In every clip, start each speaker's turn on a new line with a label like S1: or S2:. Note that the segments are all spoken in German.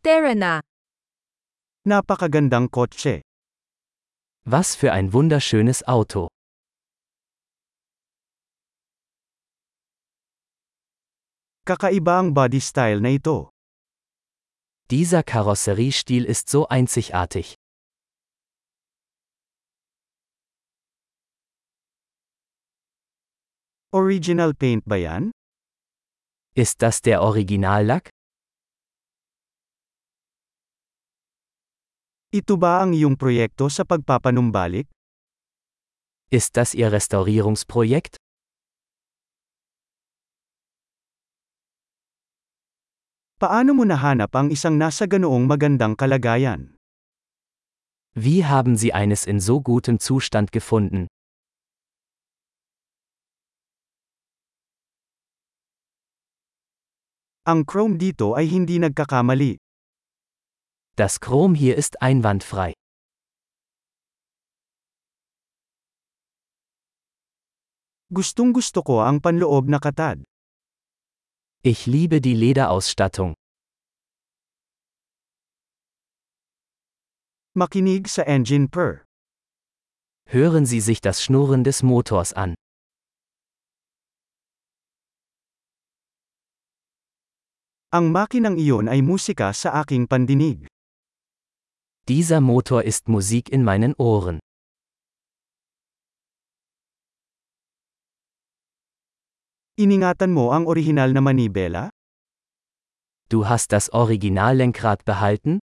S1: Tara na.
S2: Napakagandang kotse.
S3: Was für ein wunderschönes Auto.
S2: Kakaiba ang body style na ito.
S3: Dieser Karosseriestil ist so einzigartig.
S2: Original paint ba yan?
S3: Ist das der Originallack?
S2: Ito ba ang iyong proyekto sa pagpapanumbalik?
S3: Ist das Ihr Restaurierungsprojekt?
S2: Paano mo nahanap ang isang nasa ganoong magandang kalagayan?
S3: Wie haben Sie eines in so gutem Zustand gefunden?
S2: Ang chrome dito ay hindi nagkakamali.
S3: Das Chrom hier ist einwandfrei.
S2: Gustong gusto ko ang panloob na katad.
S3: Ich liebe die Lederausstattung.
S2: Makinig sa engine purr.
S3: Hören Sie sich das Schnurren des Motors an.
S2: Ang makinang iyon ay musika sa aking pandinig.
S3: Dieser Motor ist Musik in meinen Ohren.
S2: Iningatan mo ang orihinal na manibela?
S3: Du hast das Originallenkrad behalten?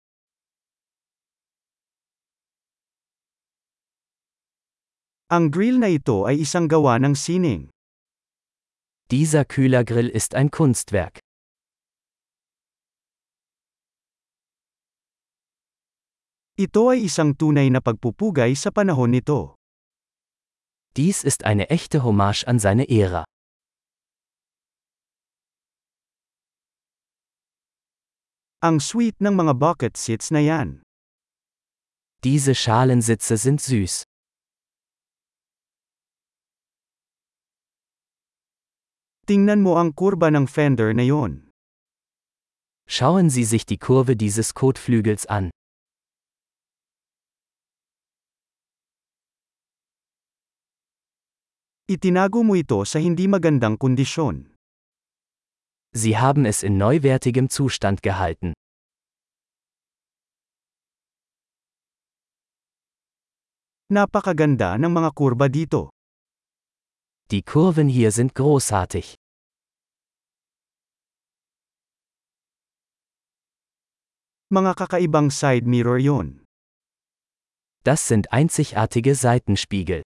S2: Ang grill na ito ay isang gawa ng sining.
S3: Dieser Kühlergrill ist ein Kunstwerk.
S2: Ito ay isang tunay na pagpupugay sa panahon nito.
S3: Dies ist eine echte Hommage an seine Ära.
S2: Ang sweet ng mga bucket seats na yan.
S3: Diese Schalensitze sind süß.
S2: Tingnan mo ang kurba ng fender na yon.
S3: Schauen Sie sich die Kurve dieses Kotflügels an.
S2: Itinago mo ito sa hindi magandang kondisyon.
S3: Sie haben es in neuwertigem Zustand gehalten.
S2: Napakaganda ng mga kurba dito.
S3: Die Kurven hier sind großartig.
S2: Mga kakaibang side mirror yon.
S3: Das sind einzigartige Seitenspiegel.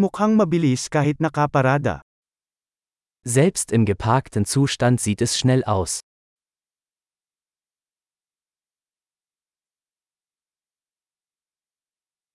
S2: Mukhang mabilis kahit nakaparada.
S3: Selbst im geparkten Zustand sieht es schnell aus.